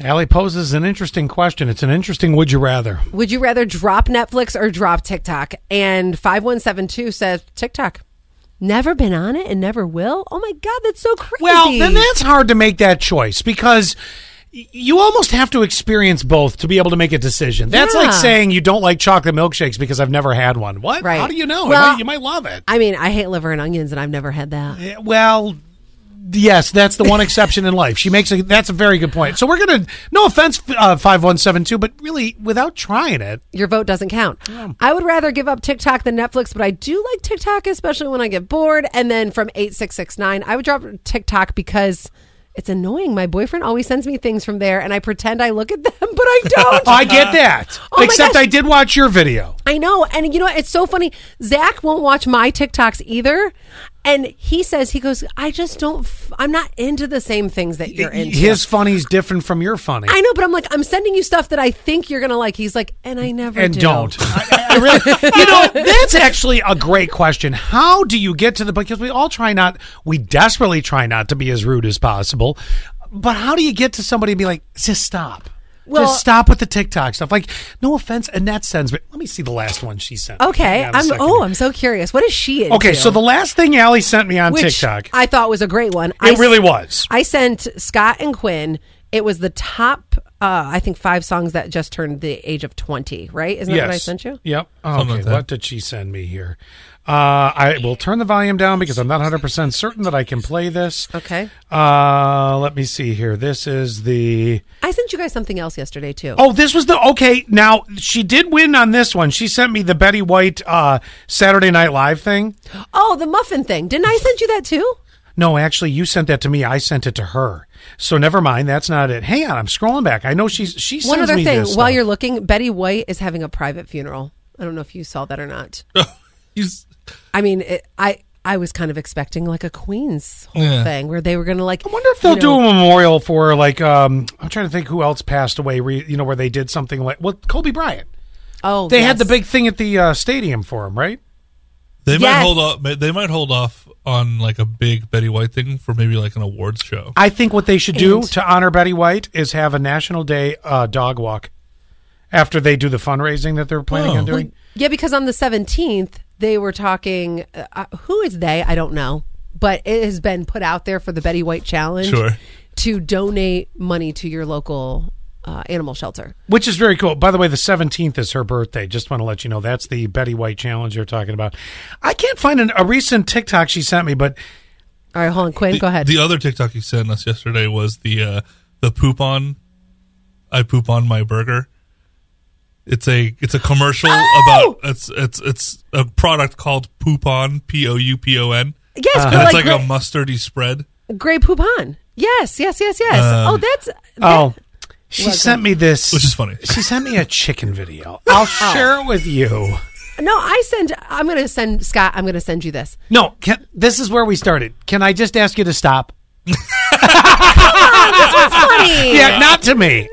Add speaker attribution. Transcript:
Speaker 1: Allie poses an interesting question. It's an interesting would you rather.
Speaker 2: Would you rather drop Netflix or drop TikTok? And 5172 says TikTok. Never been on it and never will? Oh my God, that's so crazy.
Speaker 1: Well, then that's hard to make that choice because y- you almost have to experience both to be able to make a decision. That's
Speaker 2: Yeah.
Speaker 1: like saying you don't like chocolate milkshakes because I've never had one. What?
Speaker 2: Right.
Speaker 1: How do you know? It
Speaker 2: Well-
Speaker 1: might- you might love it.
Speaker 2: I mean, I hate liver and onions and I've never had that.
Speaker 1: Yeah, Well, yes, that's the one exception in life. She makes a that's a very good point. So we're gonna no offense, uh, five one seven two, but really without trying it,
Speaker 2: Your vote doesn't count. I would rather give up TikTok than Netflix, but I do like TikTok, especially when I get bored. And then from 8669, I would drop TikTok because it's annoying. My boyfriend always sends me things from there and I pretend I look at them, but I don't.
Speaker 1: I get that.
Speaker 2: Oh my
Speaker 1: Except
Speaker 2: gosh.
Speaker 1: I did watch your video.
Speaker 2: I know. And you know what? It's so funny. Zach won't watch my TikToks either. And he says, he goes, I just don't, f- I'm not into the same things that you're into.
Speaker 1: His funny's different from your funny.
Speaker 2: I know, but I'm like, I'm sending you stuff that I think you're going to like. He's like, and I never
Speaker 1: and
Speaker 2: do.
Speaker 1: don't. I, I really, you know, that's actually a great question. How do you get to the because we all try not, we desperately try not to be as rude as possible, but how do you get to somebody and be like, just stop,
Speaker 2: Well-
Speaker 1: just stop with the TikTok stuff? Like, no offense, Annette sends, but let me see the last one she sent.
Speaker 2: Okay.
Speaker 1: Hang on a
Speaker 2: I'm,
Speaker 1: second.
Speaker 2: oh, I'm so curious. What is she into?
Speaker 1: okay. So the last thing Allie sent me on
Speaker 2: Which
Speaker 1: TikTok,
Speaker 2: I thought was a great one. I
Speaker 1: it really
Speaker 2: s-
Speaker 1: was.
Speaker 2: I sent Scott and Quinn. It was the top, uh, I think, five songs that just turned the age of 20, right? Isn't that what I sent you?
Speaker 1: Yep. Okay. what did she send me here? Uh, I will turn the volume down because I'm not 100% certain that I can play this.
Speaker 2: Okay.
Speaker 1: Uh, let me see here. This is the.
Speaker 2: I sent you guys something else yesterday, too.
Speaker 1: Oh, this was the. Okay. Now, she did win on this one. She sent me the Betty White uh, Saturday Night Live thing.
Speaker 2: Oh, the muffin thing. Didn't I send you that too?
Speaker 1: No, actually, you sent that to me. I sent it to her. So never mind. That's not it. Hang on. I'm scrolling back. I know she's. She sends
Speaker 2: One other
Speaker 1: me
Speaker 2: thing, while
Speaker 1: this stuff.
Speaker 2: you're looking, Betty White is having a private funeral. I don't know if you saw that or not.
Speaker 3: You s-
Speaker 2: I mean, it, I I was kind of expecting like a Queen's whole
Speaker 3: Yeah.
Speaker 2: thing where they were going to like.
Speaker 1: I wonder if they'll
Speaker 2: you
Speaker 1: do
Speaker 2: know-
Speaker 1: a memorial for like um I'm trying to think who else passed away. Re, you know where they did something like well Kobe Bryant.
Speaker 2: Oh,
Speaker 1: They had the
Speaker 2: yes.
Speaker 1: big thing at the uh, stadium for him, right?
Speaker 3: They
Speaker 2: Yes.
Speaker 3: might hold off. They might hold off on like a big Betty White thing for maybe like an awards show.
Speaker 1: I think what they should do
Speaker 2: And-
Speaker 1: to honor Betty White is have a National Day uh, dog walk after they do the fundraising that they're planning
Speaker 3: Oh.
Speaker 1: on doing.
Speaker 2: Yeah, because on the seventeenth they were talking. Uh, uh, who is they? I don't know, but it has been put out there for the Betty White Challenge
Speaker 3: Sure.
Speaker 2: to donate money to your local uh, animal shelter.
Speaker 1: Which is very cool. By the way, the 17th is her birthday. Just want to let you know that's the Betty White challenge you're talking about. I can't find an, a recent TikTok she sent me, but
Speaker 2: All right, hold on, Quinn,
Speaker 3: The-
Speaker 2: go ahead.
Speaker 3: The other TikTok you sent us yesterday was the uh, the poop on. I poop on my burger. It's a it's a commercial
Speaker 2: Oh!
Speaker 3: about it's it's it's a product called poop on p o u p o n.
Speaker 2: yes,
Speaker 1: Uh-huh.
Speaker 3: And
Speaker 2: but Uh-huh.
Speaker 3: it's
Speaker 2: like,
Speaker 3: like
Speaker 2: Grey,
Speaker 3: a mustardy spread.
Speaker 2: Grey Poupon. Yes, yes, yes, yes. oh, that's
Speaker 1: Oh, she sent me this,
Speaker 3: Which is funny.
Speaker 1: She sent me a chicken video. I'll
Speaker 2: Oh.
Speaker 1: share it with you.
Speaker 2: no. I send. I'm going to send Scott. I'm going to send you this.
Speaker 1: No, can, this is where we started. Can I just ask you to stop?
Speaker 2: Funny.
Speaker 1: Yeah, not to me.